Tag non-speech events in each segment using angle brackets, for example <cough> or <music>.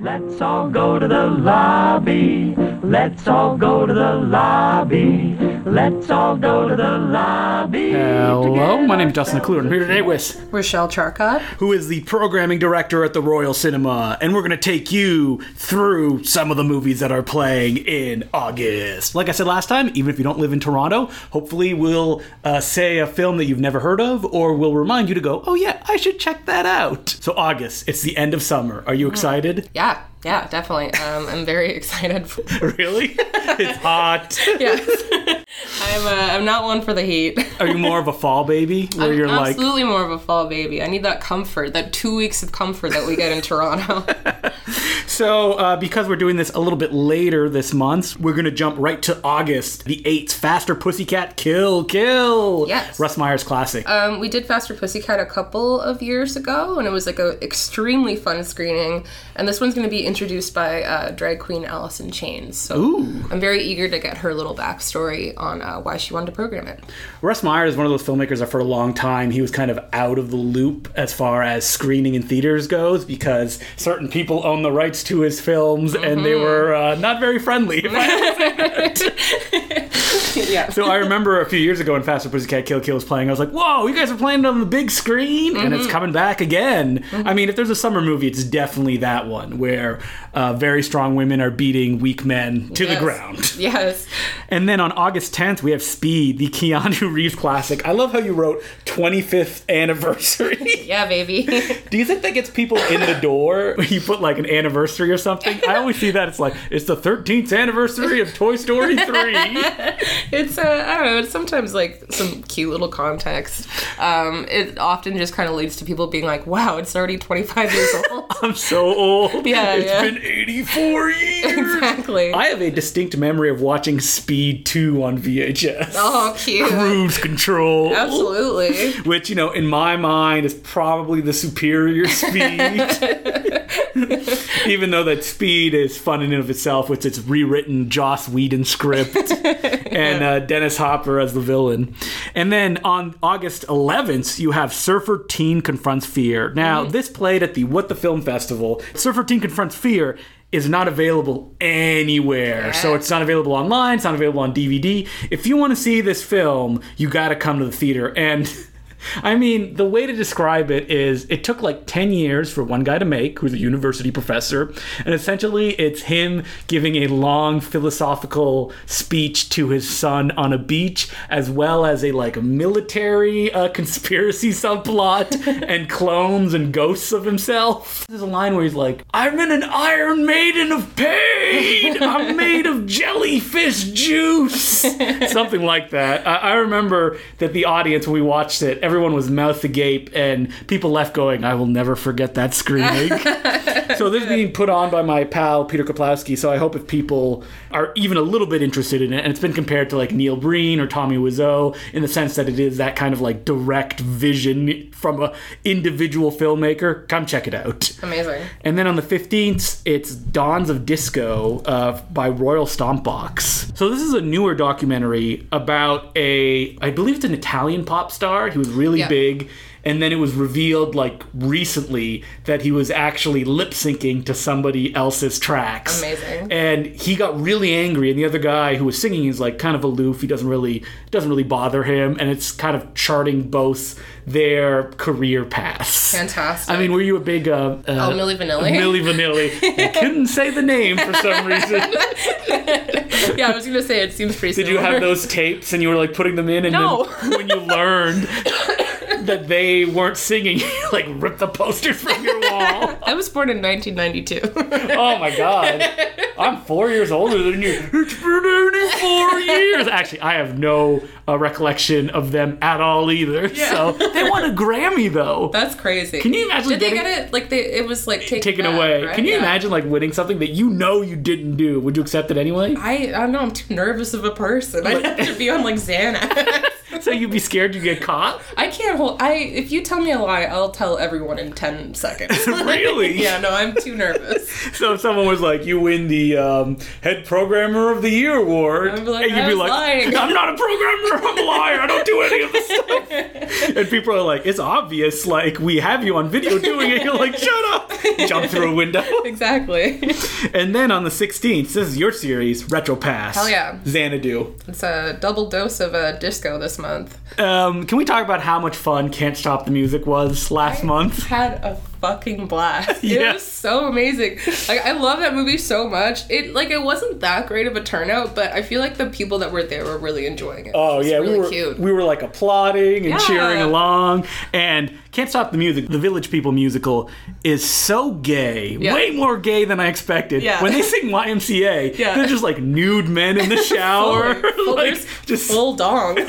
Let's all go to the lobby. Let's all go to the lobby. Let's all go to the lobby. Hello, my name is Dustin McClure, and I'm here today with Rochelle Charcot. who is the programming director at the Royal Cinema, and we're gonna take you through some of the movies that are playing in August. Like I said last time, even if you don't live in Toronto, hopefully we'll uh, say a film that you've never heard of, or we'll remind you to go, oh yeah, I should check that out. So August, it's the end of summer. Are you excited? <laughs> Yeah, yeah, definitely. Um, I'm very <laughs> excited. For, <laughs> really? It's hot. yes, <laughs> I'm. Uh, I'm not one for the heat. Are you more of a fall baby, where you're like? Absolutely more of a fall baby. I need that comfort, that two weeks of comfort that we get <laughs> in Toronto. So, uh, because we're doing this a little bit later this month, we're going to jump right to August the 8th. Faster Pussycat Kill Kill. Yes. Russ Meyer's classic. um, we did Faster Pussycat a couple of years ago, and it was like a extremely fun screening. And this one's going to be introduced by uh, drag queen Alice in Chains. So I'm very eager to get her little backstory on uh, why she wanted to program it. Russ Meyer is one of those filmmakers that for a long time he was kind of out of the loop as far as screening in theaters goes because certain people own the rights to his films and Mm-hmm. they were uh, not very friendly. <laughs> if I <laughs> yeah. So I remember a few years ago when Faster Pussycat Kill Kill was playing, I was like, "Whoa, you guys are playing it on the big screen, and Mm-hmm. it's coming back again." I mean, if there's a summer movie, it's definitely that one where uh, very strong women are beating weak men to the Yes. ground. Yes. And then on August 10th, we have Speed, the Keanu <laughs> Reeves classic. I love how you wrote 25th <laughs> anniversary. Yeah, baby. Do you think that gets people in the door? <laughs> You put like an anniversary or something. I always see that it's like it's the 13th anniversary of Toy <laughs> Story 3. it's uh, I don't know. It's sometimes like some cute little context. Um, it often just kind of leads to people being like, "Wow, it's already 25 years <laughs> old." I'm so old. Yeah, It's yeah. been 84 years. Exactly. I have a distinct memory of watching Speed 2 on VHS. oh, cute. Cruise Control. <laughs> Absolutely. Which, you know, in my mind is probably the superior speed. Even though that speed is fun in and of itself with its rewritten Joss Whedon script and uh, Dennis Hopper as the villain. And then on August 11th, you have Surfer Teen Confronts Fear. Now, this played at the What the Film Festival. Surfer Teen Confronts Fear is not available anywhere. So it's not available online, it's not available on DVD. If you want to see this film, you got to come to the theater. And. <laughs> I mean, the way to describe it is it took like 10 years for one guy to make, who's a university professor, and essentially it's him giving a long philosophical speech to his son on a beach, as well as a like military uh, <laughs> conspiracy subplot and clones and ghosts of himself. There's a line where he's like, I'm in an Iron Maiden of pain! I'm made of jellyfish juice! Something like that. I, I remember that the audience, when we watched it, everyone was mouth agape and people left going, I will never forget that screaming. <laughs> so this is being put on by my pal, Peter Kaplowski, so I hope if people are even a little bit interested in it, and it's been compared to like Neil Breen or Tommy Wiseau in the sense that it is that kind of like direct vision from a individual filmmaker, come check it out. Amazing. And then on the 15th, it's Dawns of Disco uh, by Royal Stompbox. So this is a newer documentary about a, I believe it's an Italian pop star. He was really Yeah. big. And then it was revealed, like recently, that he was actually lip syncing to somebody else's tracks. Amazing. And he got really angry, and the other guy who was singing is like kind of aloof. He doesn't really it doesn't really bother him, and it's kind of charting both their career paths. Fantastic. I mean, were you a big uh, uh, Oh, Milli Vanilli? Milli Vanilli. I couldn't say the name for some reason. <laughs> yeah, I was gonna say it seems pretty. Did you have those tapes and you were like putting them in? And No. then when you learned that they weren't singing, <laughs> you like ripped the posters from your wall. <laughs> I was born in 1992. Oh my god, I'm four years older than you. It's been only <laughs> four years. Actually, I have no uh, recollection of them at all either. So they won a Grammy though. <laughs> That's crazy. Can you imagine Did they getting- get it? Like they, it was like taken, Taken back, away. right? Can you Yeah. imagine like winning something that you know you didn't do? Would you accept it anyway? I, I don't know. I'm too nervous of a person. I have to be on like Xanax. <laughs> so you'd be scared you get caught? I can't hold. I if you tell me a lie, I'll tell everyone in ten seconds. <laughs> Really? <laughs> yeah. No, I'm too <laughs> nervous. So if someone was like, "You win the um, head programmer of the year award," I'd be like, and you'd "I be was like, lying." "I'm not a programmer. <laughs> I'm a liar. I don't do any of this stuff." and people are like, "It's obvious. Like we have you on video doing it." You're like, "Shut <laughs> up!" Jump through a window. exactly. And then on the 16th, this is your series, Retro Pass. Hell yeah. Xanadu. It's a double dose of a disco this month. Um, can we talk about how much fun Can't Stop the Music was last month? Had a fucking blast. Yeah. It was so amazing. Like I love that movie so much. It like it wasn't that great of a turnout, but I feel like the people that were there were really enjoying it. Oh It's yeah, really we were cute. we were like applauding and Yeah. cheering along, and can't stop the music. The Village People musical is so gay, Yeah. way more gay than I expected. Yeah. When they sing YMCA, <laughs> Yeah. they're just like nude men <laughs> in the shower, <laughs> full, like there's just full <laughs> dong. <laughs>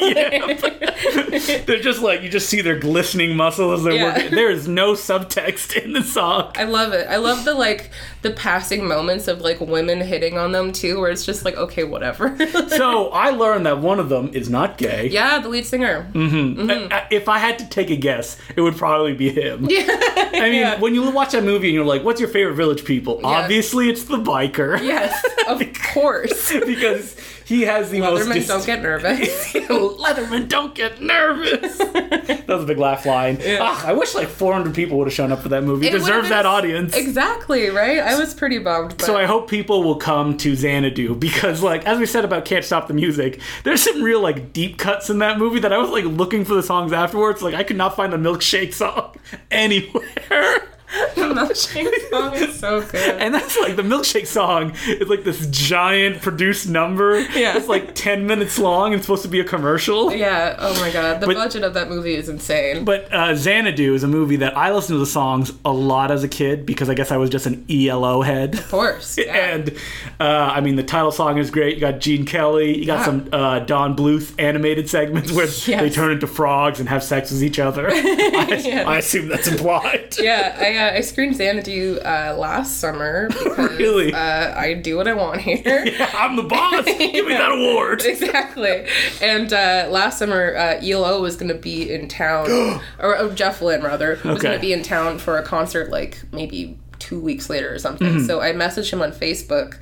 they're just like you just see their glistening muscles. They're Yeah. working. There is no subtext in the <laughs> song. I love it. I love the like the passing moments of like women hitting on them too, where it's just like, okay, whatever. <laughs> So I learned that one of them is not gay. yeah, the lead singer. Mm. I- I- if I had to take a guess, it would probably be him. I mean, Yeah. when you watch that movie and you're like, "What's your favorite Village People?" Obviously, it's the biker. <laughs> Yes, of course. <laughs> because he has the most. Other men dis- don't <laughs> get nervous. Leatherman, don't get nervous. that was a big laugh line. Ah, I wish like 400 people would have shown up for that movie. It would've deserves been that s- audience. Exactly, right? I was pretty bummed. But So I hope people will come to Xanadu because, like, as we said about Can't Stop the Music, there's some real like deep cuts in that movie that I was like looking for the songs afterwards. Like, I could not find the milkshake song <laughs> anywhere. <laughs> the milkshake song is so good. And that's like the milkshake song is like this giant produced number. Yeah. It's like 10 minutes long and it's supposed to be a commercial. Yeah, oh my god. The But- budget of that movie is insane. But uh, Xanadu is a movie that I listened to the songs a lot as a kid because I guess I was just an ELO head. of course. Yeah. And uh, I mean, the title song is great. You got Gene Kelly. You got Ah. some uh, Don Bluth animated segments <laughs> where they turn into frogs and have sex with each other. <laughs> I, I assume that's implied. yeah, I, uh, I screened Xanadu uh, last summer because Really? uh, I do what I <laughs> want here. I'm the <laughs> boss. Give me that award. exactly. And uh, last summer, uh, ELO was going to be <gasps> in town, or oh, Jeff Lynne rather was going Okay. to be in town for a concert, like maybe two weeks later or something. Mm-hmm. So I messaged him on Facebook.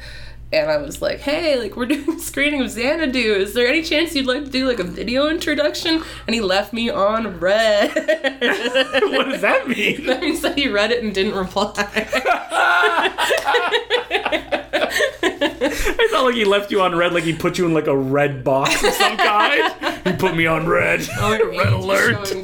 And I was like, "Hey, like we're <laughs> doing a screening of Xanadu. Is there any chance you'd like to do like a video introduction?" And he left me on red. <laughs> what does that mean? That means that he read it and <laughs> didn't reply. <laughs> It's not like he left you on red, like he put you in like a red box of some kind. he put me on red. Oh, red alert. Showing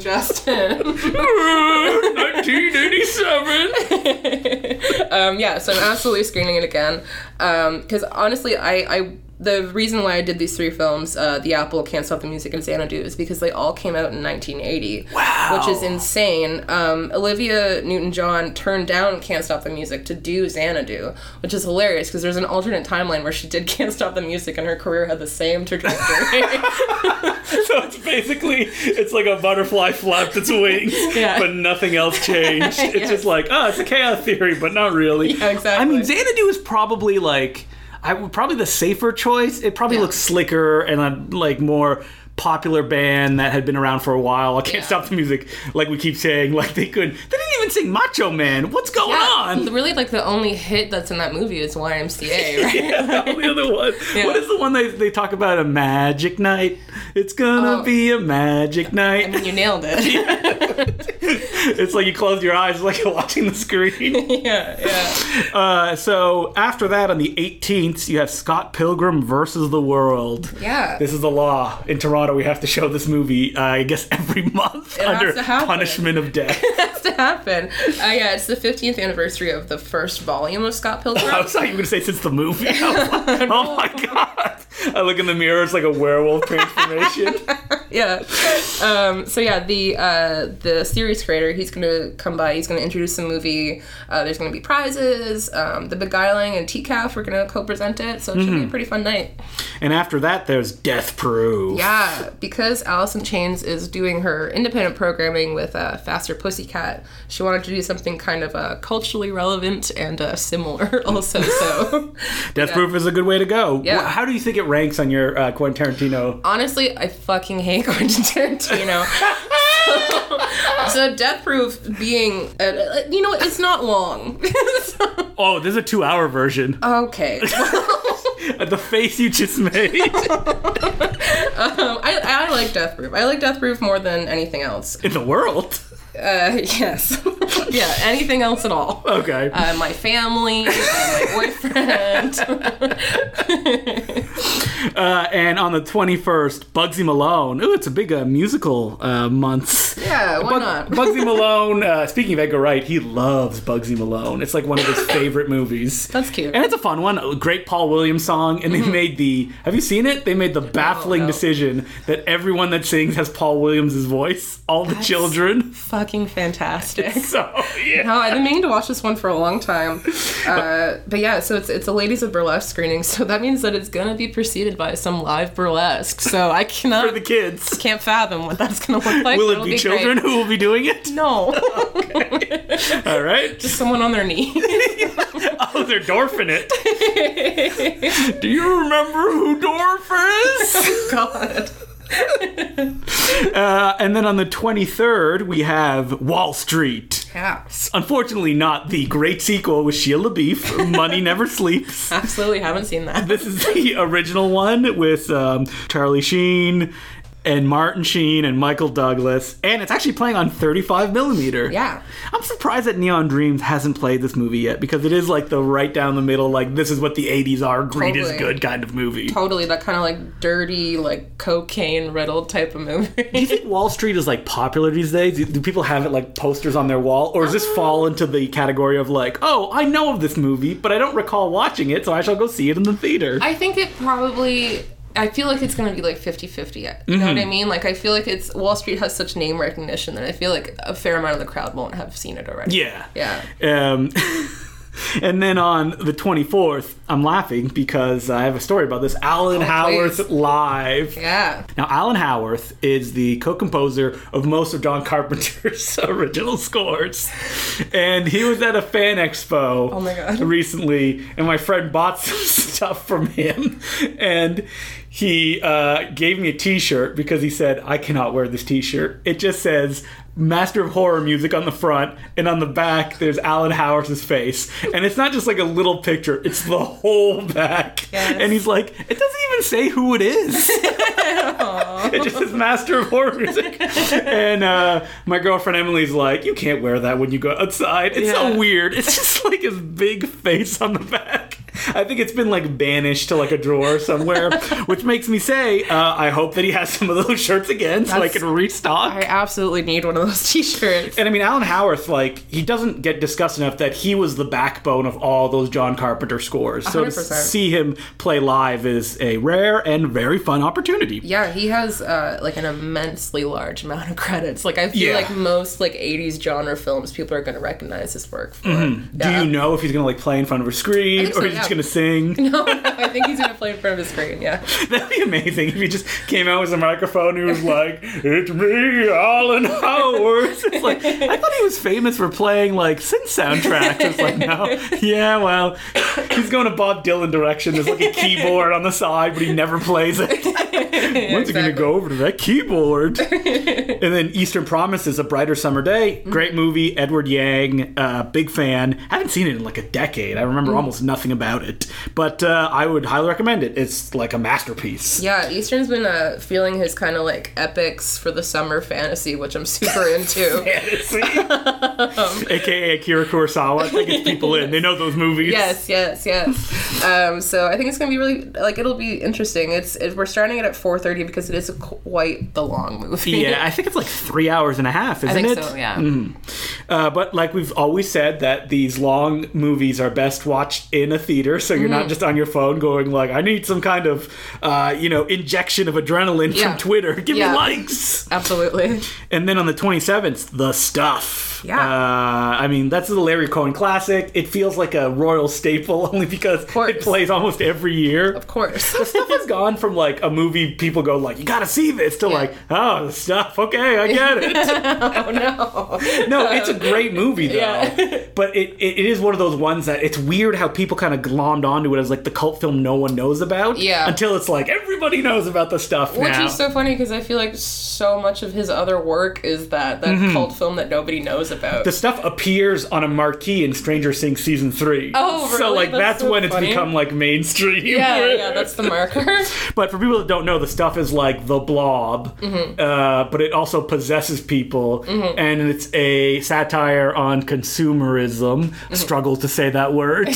<laughs> Justin. <laughs> 1987. um, yeah, so I'm absolutely screening it again. Because honestly, I, I the reason why I did these three films, uh, The Apple, Can't Stop the Music, and Xanadu, is because they all came out in 1980, wow. which is insane. Um, Olivia Newton-John turned down Can't Stop the Music to do Xanadu, which is hilarious because there's an alternate timeline where she did <laughs> Can't Stop the Music and her career had the same trajectory. <laughs> So it's basically it's like a butterfly flapped its wings, <laughs> Yeah. but nothing else changed. It's <laughs> just like oh, it's a chaos theory, but not really. Yeah, exactly. I mean, Xanadu is probably like I would probably the safer choice. It probably Yeah. looks slicker and a like more popular band that had been around for a while. I can't Yeah. stop the music, like we keep saying. <laughs> Like they could, they didn't even sing Macho Man. What's going on? Yeah, really, like the only hit that's in that movie is <laughs> YMCA, <laughs> right? Yeah, the other <laughs> one. What is the one they, they talk about? A magic night. It's gonna Oh. be a magic night. I mean, you nailed it. it's like you close your eyes, like <laughs> you're watching the <laughs> screen. <laughs> yeah, yeah. uh, so after that, on the 18th, you have Scott Pilgrim versus the World. Yeah. This is the law in Toronto. We have to show this movie, uh, I guess, every month has under to happen. punishment of <laughs> death. has to happen. Uh, yeah, it's the 15th anniversary of the first volume of Scott Pilgrim. <laughs> I was thought you were gonna say since the <laughs> movie. <laughs> I was like, oh my god! I look in the mirror. It's like a werewolf <laughs> transformation. yeah. Um, so yeah, the uh, the series creator, he's gonna come by. He's gonna introduce the movie. Uh, there's gonna be prizes. Um, the Beguiling and TCAF are gonna co-present it, so it should be a pretty fun night. And after that, there's Death Proof. Yeah, because Allison Chains is doing her independent programming with uh, Faster Pussycat, she wanted to do something kind of uh, culturally relevant and uh, similar <laughs> also. So Death Proof is a good way to go. Yeah. Wh- How do you think it ranks on your uh, Quentin Tarantino? honestly, I fucking hate <laughs> and Quentin Tarantino. so <laughs> Death Proof being, uh, you know, it's not long. <laughs> So- Oh, there's a two hour version. Uh, okay. <laughs> <laughs> the face you just made <laughs> Um, I, I like Death Proof. I like Death Proof more than anything else. in the world. Uh, yes. <laughs> yeah, anything else at all. Okay. Uh, my family, uh, my boyfriend. Uh, and on the 21st, Bugsy Malone. Ooh, it's a big uh, musical uh, month. yeah, why Bug- not? <laughs> Bugsy Malone, uh, speaking of Edgar Wright, he loves Bugsy Malone. It's like one of <laughs> his favorite movies. That's cute. Mm-hmm. And it's a fun one. A great Paul Williams song. And they made the, have you seen it? They made the baffling no. decision that everyone that sings has Paul Williams' voice, all the children. <laughs> Fucking fantastic. So, yeah. No, <laughs> I've been meaning to watch this one for a <laughs> long time. Uh, but yeah, so it's it's a ladies of burlesque screening, so that means that it's gonna be preceded by some live burlesque. So I <laughs> For cannot the kids. can't fathom what that's gonna look like. Will it but it'll be great. children who will be doing <laughs> it? No, <laughs> All right. someone on <laughs> their knees. Oh, they're dwarfing it. Do you remember who Dorf is? <laughs> God. Uh, and then on the 23rd, we have Wall Street. Yeah. Unfortunately, not the great sequel with Sheila Beef, Money Never Sleeps. Absolutely haven't seen that. This is the original one with um, Charlie Sheen and Martin Sheen and Michael Douglas. And it's actually playing on 35 millimeter. Yeah. I'm surprised that Neon Dreams hasn't played this movie yet because it is like the right down the middle, like this is what the 80s are, greed is Totally. good kind of movie. Totally that kind of like dirty, like cocaine riddled type of Do you movie. think Wall Street is like popular these days? Do, do people have it like posters on their wall, or does Um. this fall into the category of like, oh, I know of this movie, but I don't recall watching it, so I shall go see it in the theater? I think it probably. I feel like it's gonna be like 50 50. You know what I Mm-hmm. mean? Like, I feel like it's. Wall Street has such name recognition that I feel like a fair amount of the crowd won't have seen it already. yeah. Yeah. Um, <laughs> and then on the 24th, I'm laughing because I have a story about this. Alan Howarth Oh, please. live. Yeah. Now, Alan Howarth is the co-composer of most of John <laughs> Carpenter's original scores, and he was at a fan expo. Oh my God. <laughs> Recently, and my friend bought some <laughs> stuff from him, and he uh, gave me a T-shirt because he said I cannot wear this T-shirt. It just says. Master of horror music on the front, and on the back there's Alan Howarth's face, and it's not just like a little picture; it's the whole back. Yes. And he's like, it doesn't even say who it <laughs> is. It just says master of horror <laughs> music. and uh, my girlfriend Emily's like, you can't wear that when you go outside. It's Yeah. so weird. It's just like his big face on the back. I think it's been like banished to like a drawer <laughs> somewhere, which makes me say, uh, I hope that he has some of those shirts again so I That's- can restock. I absolutely need one of those <laughs> t shirts. And I mean, Alan Howarth, like, he doesn't get discussed enough that he was the backbone of all those John Carpenter scores. So to 100%. see him play live is a rare and very fun opportunity. Yeah, he has uh, like an immensely large amount of credits. Like I feel Yeah. like most like '80s genre films, people are going to recognize his work. For. Mm-hmm. Do <laughs> Yeah. you know if he's gonna like play in front of a screen think or so, he's just yeah. gonna <laughs> sing? No, no, I think he's going to play in front of his screen. Yeah. That'd be amazing if he just came out with a microphone and he was like, "It's me, Alan Howard." It's like I thought he was famous for playing like synth soundtracks. It's like no, <laughs> yeah, well, he's going a Bob Dylan direction. There's like a keyboard on the side, but he never plays it. <laughs> When's he gonna exactly. go over to that keyboard? and then Eastern Promises, A Brighter Summer Day, Mm-hmm. great movie. Edward Yang, uh, big fan. Haven't seen it in like a decade. I Mm. remember almost nothing about it, but uh, I would highly recommend it. It's like a masterpiece. Yeah, Eastern's been uh, feeling his kind of like epics for the summer fantasy, which I'm super <laughs> into. <laughs> Fantasy. AKA Akira Kurosawa. I think it's people in. They know those movies. yes, yes, <laughs> yes. Um, so I think it's gonna be really like it'll be interesting. It's it, we're starting it at 4:30 because it is quite the long movie. Yeah, I think it's like three hours and a half, isn't <laughs> I think it? so. Yeah. Uh, but like we've always said, that these long movies are best watched in a theater, so you're Mm-hmm. not just on your phone going like, "I need some kind of, uh, you know, injection of adrenaline Yeah. from Twitter. <laughs> Give Yeah. me likes." Absolutely. And then on the 27th, The Stuff. Yeah. Uh, I mean, that's the Larry Cohen classic. It feels like a royal staple <laughs> only because course. it plays almost every year. Of course. <laughs> The Stuff has gone from like a movie people go like, "You gotta see this," to like, "Oh, the stuff. Okay, I get it." oh no. <laughs> no, it's a great movie though. yeah. But it, it, it is one of those ones that it's weird how people kind of glommed onto it as like the cult film no one knows about. Yeah. Until it's like everybody knows about the stuff Which now. is so funny because I feel like so much of his other work is that that cult film that nobody knows about. Mm-hmm. the stuff appears on a marquee in Stranger Things season three. Oh, So really? like that's, That's so when it's funny. become like mainstream. <laughs> yeah, yeah, that's the marker. But for people that don't know, the stuff is like the blob, Mm-hmm. uh, but it also possesses people, and it's a satire on consumerism. Mm-hmm. Struggle to say that word, <laughs>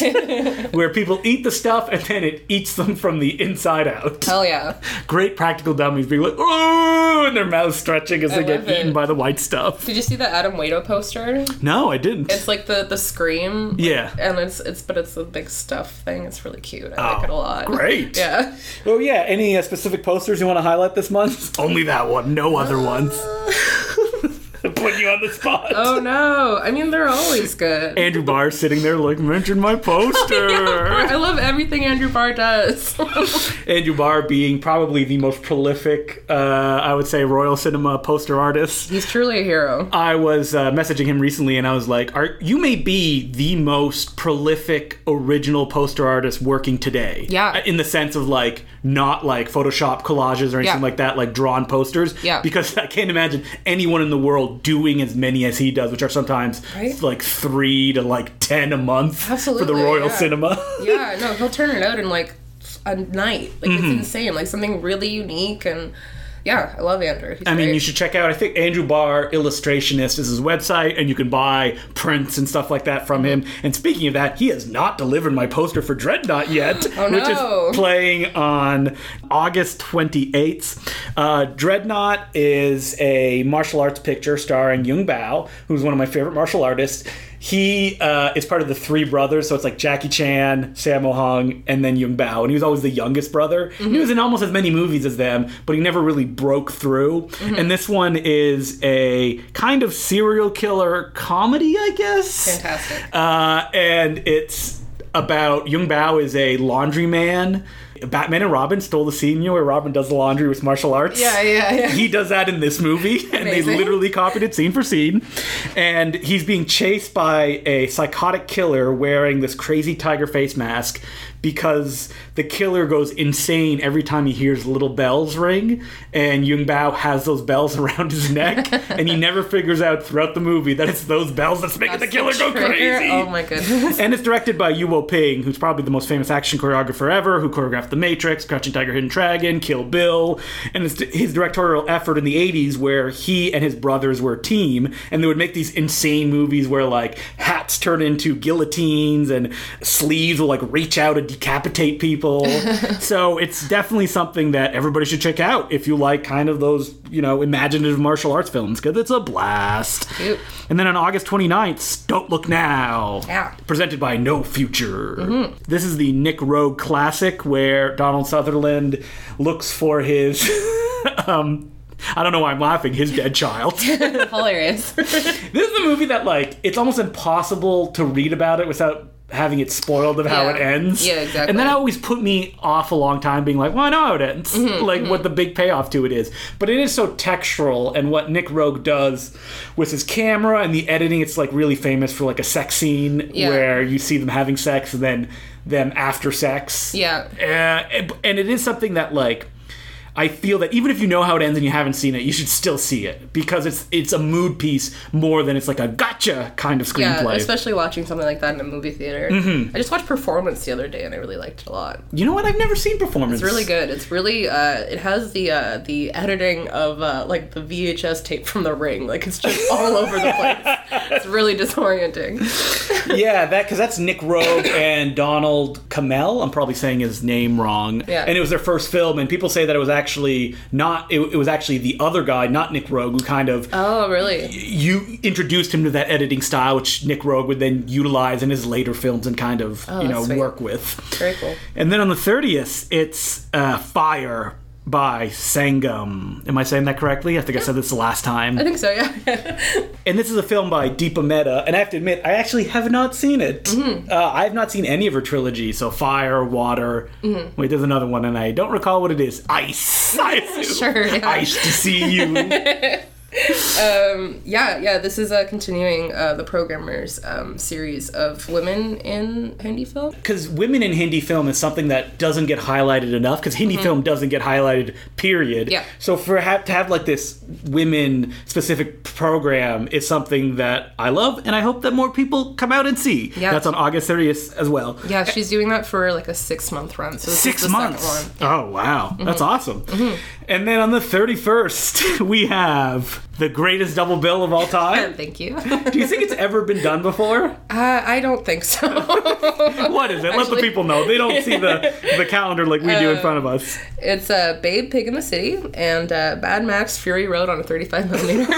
where people eat the stuff and then it eats them from the inside out. Hell yeah. Great practical dummies being like, ooh, and their mouths stretching as they get love it. eaten by the white stuff. Did you see the Adam Waito poster? No, I didn't. It's like the the scream. yeah. And it's it's but it's the big stuff thing. It's really cute. I like Oh, it a lot. great. <laughs> Yeah. Oh yeah. Any uh, specific posters you want to highlight this month? Only that one. No other <laughs> ones. Put you on the spot. Oh no. I mean they're always <laughs> good. Andrew Barr sitting there like mention my I <laughs> poster. love everything Andrew Barr does. Andrew Barr being probably the most prolific, uh, I would say, Royal Cinema poster artist. <laughs> He's truly a hero. I was uh, messaging him recently, and I was like, "Are you may be the most prolific original poster artist working today? Uh, Yeah. in the sense of like not like Photoshop collages or anything Yeah. like that, like drawn posters. Yeah. because <laughs> I can't imagine anyone in the world doing as many as he does, which are sometimes Right. like three to like ten a month for Absolutely, the Royal yeah. Cinema. Yeah, no, he'll turn it out in like a night. Like it's insane. Like something really unique and yeah, I love Andrew. He's I mean, great. you should check out. I think Andrew Barr Illustrationist is his website, and you can buy prints and stuff like that from him. And speaking of that, he has not delivered my poster for Dreadnought yet, which Oh, no. is playing on August 28th. Uh, Dreadnought is a martial arts picture starring Yung Bao, who's one of my favorite martial artists. He uh, is part of the three brothers, so it's like Jackie Chan, Sammo Hung, and then Yung Bao. And he was always the youngest brother. He was in almost as many movies as them, but he never really broke through. And this one is a kind of serial killer comedy, I guess. fantastic. Uh, and it's about Yung Bao is a laundryman. Batman and Robin stole the scene you know, where Robin does the laundry with martial arts. <laughs> Yeah, yeah, <laughs> yeah. He does that in this movie, <laughs> and they Amazing. literally copied it scene for scene. And he's being chased by a psychotic killer wearing this crazy tiger face mask because the killer goes insane every time he hears little bells ring. And Yung Bao has those bells <laughs> around his neck, and he never figures out throughout the movie that it's those bells that's making the killer That's go trigger. crazy. Oh my <laughs> goodness. And it's directed by Yuo Ping, who's probably the most famous action choreographer ever, who choreographed The Matrix, Crouching Tiger, Hidden Dragon, Kill Bill. And it's his directorial effort in the 80s where he and his brothers were a team, and they would make these insane movies where, like, hats turn into guillotines and sleeves will, like, reach out and decapitate people. so it's definitely something that everybody should check out if you like kind of those, you know, imaginative martial arts films, because it's a blast. Cute. And then on August 29th, Don't Look Now. Yeah. Presented by No Future. Mm-hmm. This is the Nick Rogue classic where Donald Sutherland looks for his. <laughs> um, I don't know why I'm laughing, his dead child. <laughs> this Hilarious. is the movie that, like, it's almost impossible to read about it without having it spoiled of how Yeah. it ends. Yeah, exactly. And that always put me off a long time being like, well, I know how it ends. <laughs> Mm-hmm, like, what the big payoff to it is. But it is so textural, and what Nick Rogue does with his camera and the editing, it's like really famous for like a sex scene Yeah. where you see them having sex and then them after sex. Yeah. Uh, and it is something that, like, I feel that even if you know how it ends and you haven't seen it, you should still see it because it's it's a mood piece more than it's like a gotcha kind of Yeah, screenplay. especially watching something like that in a movie theater. I just watched Performance the other day and I really liked it a lot. you know what? I've never seen performance. It's really good. It's really uh, it has the uh, the editing of uh, like the VHS tape from The Ring. Like it's just all over the place. It's really disorienting. yeah, that because that's Nick Rogue <coughs> and Donald Kamel. I'm probably saying his name wrong. Yeah. And it was their first film, and people say that it was actually not. It, it was actually the other guy, not Nick Rogue, who kind of Oh, really? you introduced him to that editing style, which Nick Rogue would then utilize in his later films and kind of you know that's Oh, sweet. work with. Very cool. And then on the 30th, it's uh, Fire by Sangam. Am I saying that correctly? I think I said this the last time. I think so, <laughs> yeah. And this is a film by Deepa Mehta, and I have to admit, I actually have not seen it. Uh, I have not seen any of her trilogy. So Fire, Water. Wait, there's another one, and I don't recall what it is. Ice. I assume. Sure, yeah. Ice to see you. yeah, yeah, this is uh, continuing uh, the programmer's um, series of women in Hindi film. Because women in Hindi film is something that doesn't get highlighted enough. Because Hindi film doesn't get highlighted. Period. Mm-hmm. Yeah. So for ha- to have like this women specific program is something that I love, and I hope that more people come out and see. Yeah. That's on August 30th as well. Yeah, she's doing that for like a six month run. So this Six is the months. Second one. Oh Mm-hmm. wow, that's awesome. And then on the thirty first, <laughs> we have the greatest double bill of all <laughs> time. Thank you. Do you think it's ever been done <laughs> before? Uh, I don't think so. <laughs> What is it? Let the Actually- Uh, people know. They don't see the the calendar like we do in front of us. It's uh, Babe, Pig in the City, and uh, Bad Max, Fury Road on a <laughs> 35 millimeter.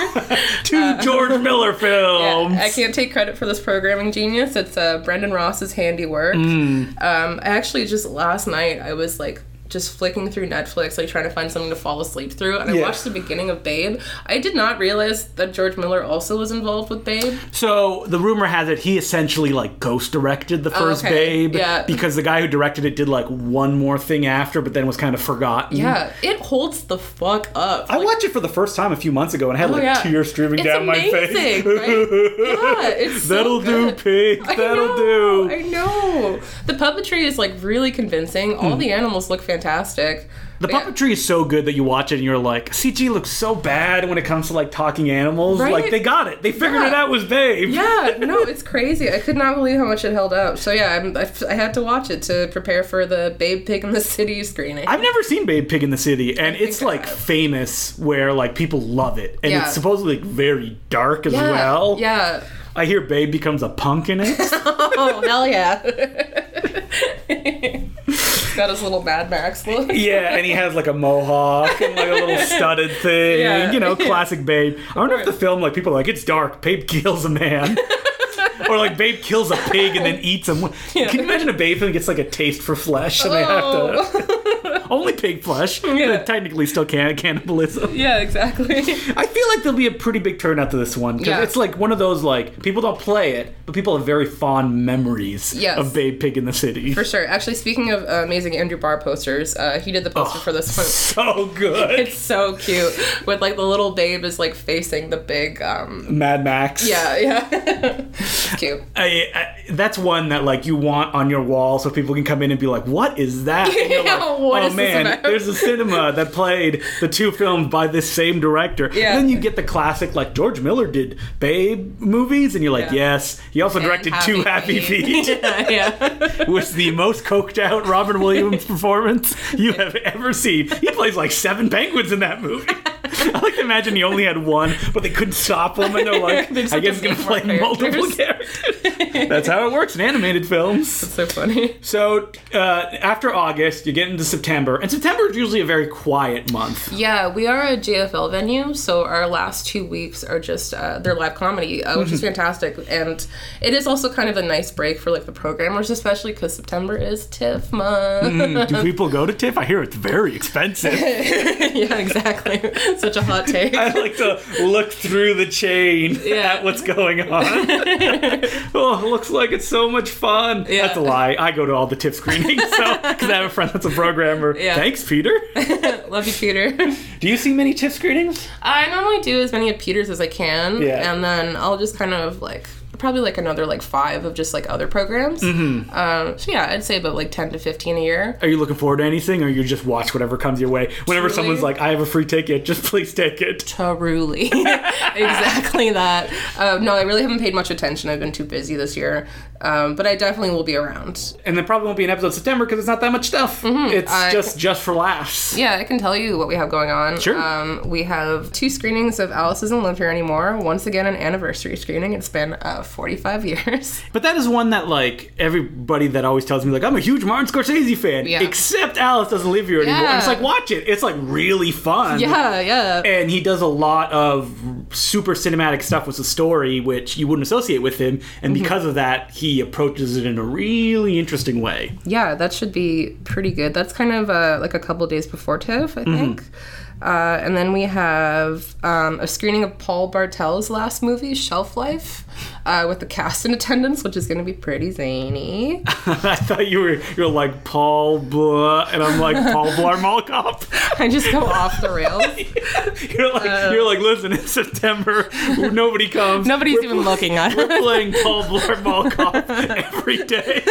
Two George <laughs> Miller films. Uh, I can't take credit for this programming genius. It's uh, Brendan Ross's handiwork. Hmm. Um, I actually just last night I was like just flicking through Netflix, like trying to find something to fall asleep through, and I Yeah. watched the beginning of Babe. I did not realize that George Miller also was involved with Mm. Babe. So the rumor has it he essentially like ghost directed the first Oh, okay. Babe Yeah. because the guy who directed it did like one more thing after, but then was kind of forgotten. Yeah, it holds the fuck up. I watched it for the first time a few months ago and had like Oh, yeah. tears streaming It's down my face. <laughs> amazing, right? Yeah, it's so That'll good. do, pig. <laughs> I That'll know, do. I know. The puppetry is like really convincing. All the animals look fantastic. Hmm. The puppetry is so good that you watch it and you're like, CG looks so bad when it comes to like talking animals. Right? Like they got it. They figured Yeah. it out was Babe. Yeah, no, it's crazy. I could not believe how much it held up. So yeah, I'm, I, f- I had to watch it to prepare for the Babe Pig in the <laughs> City screening. I've never seen Babe Pig in the City, and it's think I like have. famous where like people love it, and Yeah. it's supposedly like, very dark as yeah, well. yeah. I hear Babe becomes a punk in it. Oh hell yeah. He's <laughs> Got his little Mad Max look. <laughs> yeah, and he has like a mohawk and like a <laughs> little studded thing. Yeah. You know, classic Babe. I wonder if the film like people are like it's dark. Babe kills a <laughs> man. Or like Babe kills a pig and then eats him. Can you imagine a Babe film gets like a taste for flesh and they have to <laughs> only pig flesh. Oh. Yeah. Technically, still can cannibalism. <laughs> yeah, exactly. I feel like there'll be a pretty big turnout to this one because Yeah. it's like one of those like people don't play it, but people have very fond memories Yes. of Babe Pig in the City. For sure. Actually, speaking of uh, amazing Andrew Barr posters, uh, he did the Oh. poster for this <laughs> one. so good, It's so cute with like the little babe is like facing the big. um Mad Max. Yeah, yeah. <laughs> <laughs> it's cute. I, I, that's one that like you want on your wall so people can come in and be like, "What is that?" And <laughs> you're Yeah, like, what oh is this man, about?" there's a cinema that played the two films by this same director. Yeah. And then you get the classic like George Miller did Babe movies, and you're like, Yeah. "Yes." He also directed And two Happy Feet. <laughs> yeah, yeah. was the most coked out Robin <laughs> Williams performance you have ever seen. He plays like seven penguins in that movie. I like to imagine he only had one, but they couldn't stop him, and they're like, <laughs> They just "I had to guess he's gonna play make more multiple characters." That's how it works in animated films. so funny. So uh, after August, you get into September, and September is usually a very quiet month. Yeah, we are a JFL venue, so our last two weeks are just uh, their live comedy, uh, which is Mm-hmm. fantastic, and it is also kind of a nice break for like the programmers, especially because September is TIFF month. Do people go to TIFF? I hear it's very expensive. <laughs> <laughs> yeah, exactly. <laughs> Such a hot take. I like to look through the chain Yeah. at <laughs> what's going <laughs> on. oh, it looks like it's so much fun. Yeah. That's a lie. I go to all the TIFF screenings <laughs> so because I have a friend that's a programmer. Yeah. Thanks, Peter. Love you, Peter. <laughs> Do you see many TIFF screenings? I normally do as many of Peter's as I can, Yeah. and then I'll just kind of like probably like another like five of just like other programs. Mm-hmm. Um, so yeah, I'd say about like ten to fifteen a year. Are you looking forward to anything, or you just watch whatever comes your way? Whenever Truly. someone's like, "I have a free ticket, just <laughs> please take it." Truly, <laughs> exactly that. Um, no, I really haven't paid much attention. I've been too busy this year, um, but I definitely will be around. And there probably won't be an episode in September because it's not that much stuff. It's Mm-hmm. I- just just for laughs. Yeah, I can tell you what we have going on. Sure. Um, we have two screenings of Alice Doesn't Live Here Anymore. Once again, an anniversary screening. It's been uh, 45 years. <laughs> But that is one that like everybody that always tells me like I'm a huge Martin Scorsese fan, Yeah. except Alice doesn't live here anymore. And it's Yeah. like watch it. It's like really fun. Yeah, yeah. And he does a lot of super cinematic stuff with the story, which you wouldn't associate with him. And because of that, he approaches it in a really interesting way. <laughs> Yeah, that should be pretty good. That's kind of uh, like a couple days before TIFF, I think. Uh, and then we have um, a screening of Paul Bartel's last movie, Shelf Life, uh, with the cast in attendance, which is going to be pretty zany. I thought you were you're like Paul Blah, and I'm like Paul Blar Malkop. I just go off the rails. <laughs> You're like you're like listen, it's September, nobody comes. <laughs> Nobody's We're even looking at We're <laughs> it. playing Paul Blart Mall Cop every day,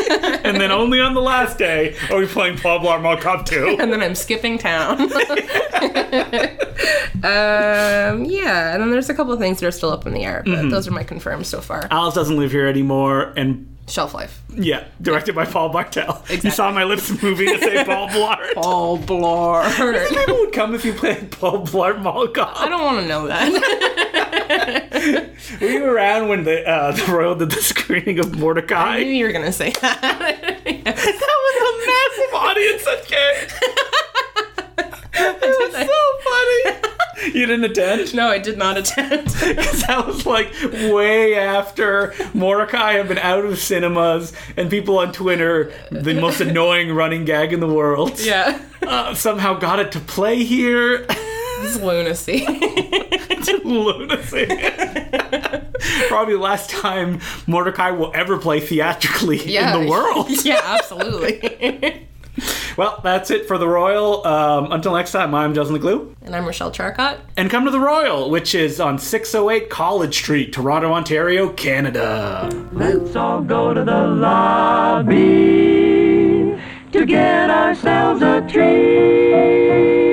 and then only on the last day are we playing Paul Blart Mall Cop <laughs> Two. <laughs> And then I'm skipping town. <laughs> um, yeah, and then there's a couple of things that are still up in the air, but those are my confirmed so far. Alice doesn't live here anymore, and Shelf Life. yeah, directed by Paul Bartel. You saw my lips moving to say <laughs> Paul Blart. <laughs> Paul <laughs> Blart. People would come if you played Paul Blart Mall Cop. I don't want to know <laughs> that. Were you around when the uh, the Royal did the screening of I knew Mordecai? you were gonna say <laughs> that. That <laughs> was a <laughs> massive audience that came. It was so funny. You didn't attend? <laughs> <laughs> no, I did not attend. <laughs> Because that was like way after Mordecai had been out of cinemas and people on Twitter, the <laughs> most annoying running gag in the world, yeah, uh, somehow got it to play here. <laughs> it's lunacy. Lunacy. Probably the last time Mordecai will ever play theatrically Yeah, in the world. <laughs> yeah, absolutely. Well, that's it for The Royal. Um, until next time, I'm Justin LeClue. <laughs> and I'm Rochelle Charcot. And come to The Royal, which is on 608 College Street, Toronto, Ontario, Canada. Let's all go to the lobby to get ourselves a treat.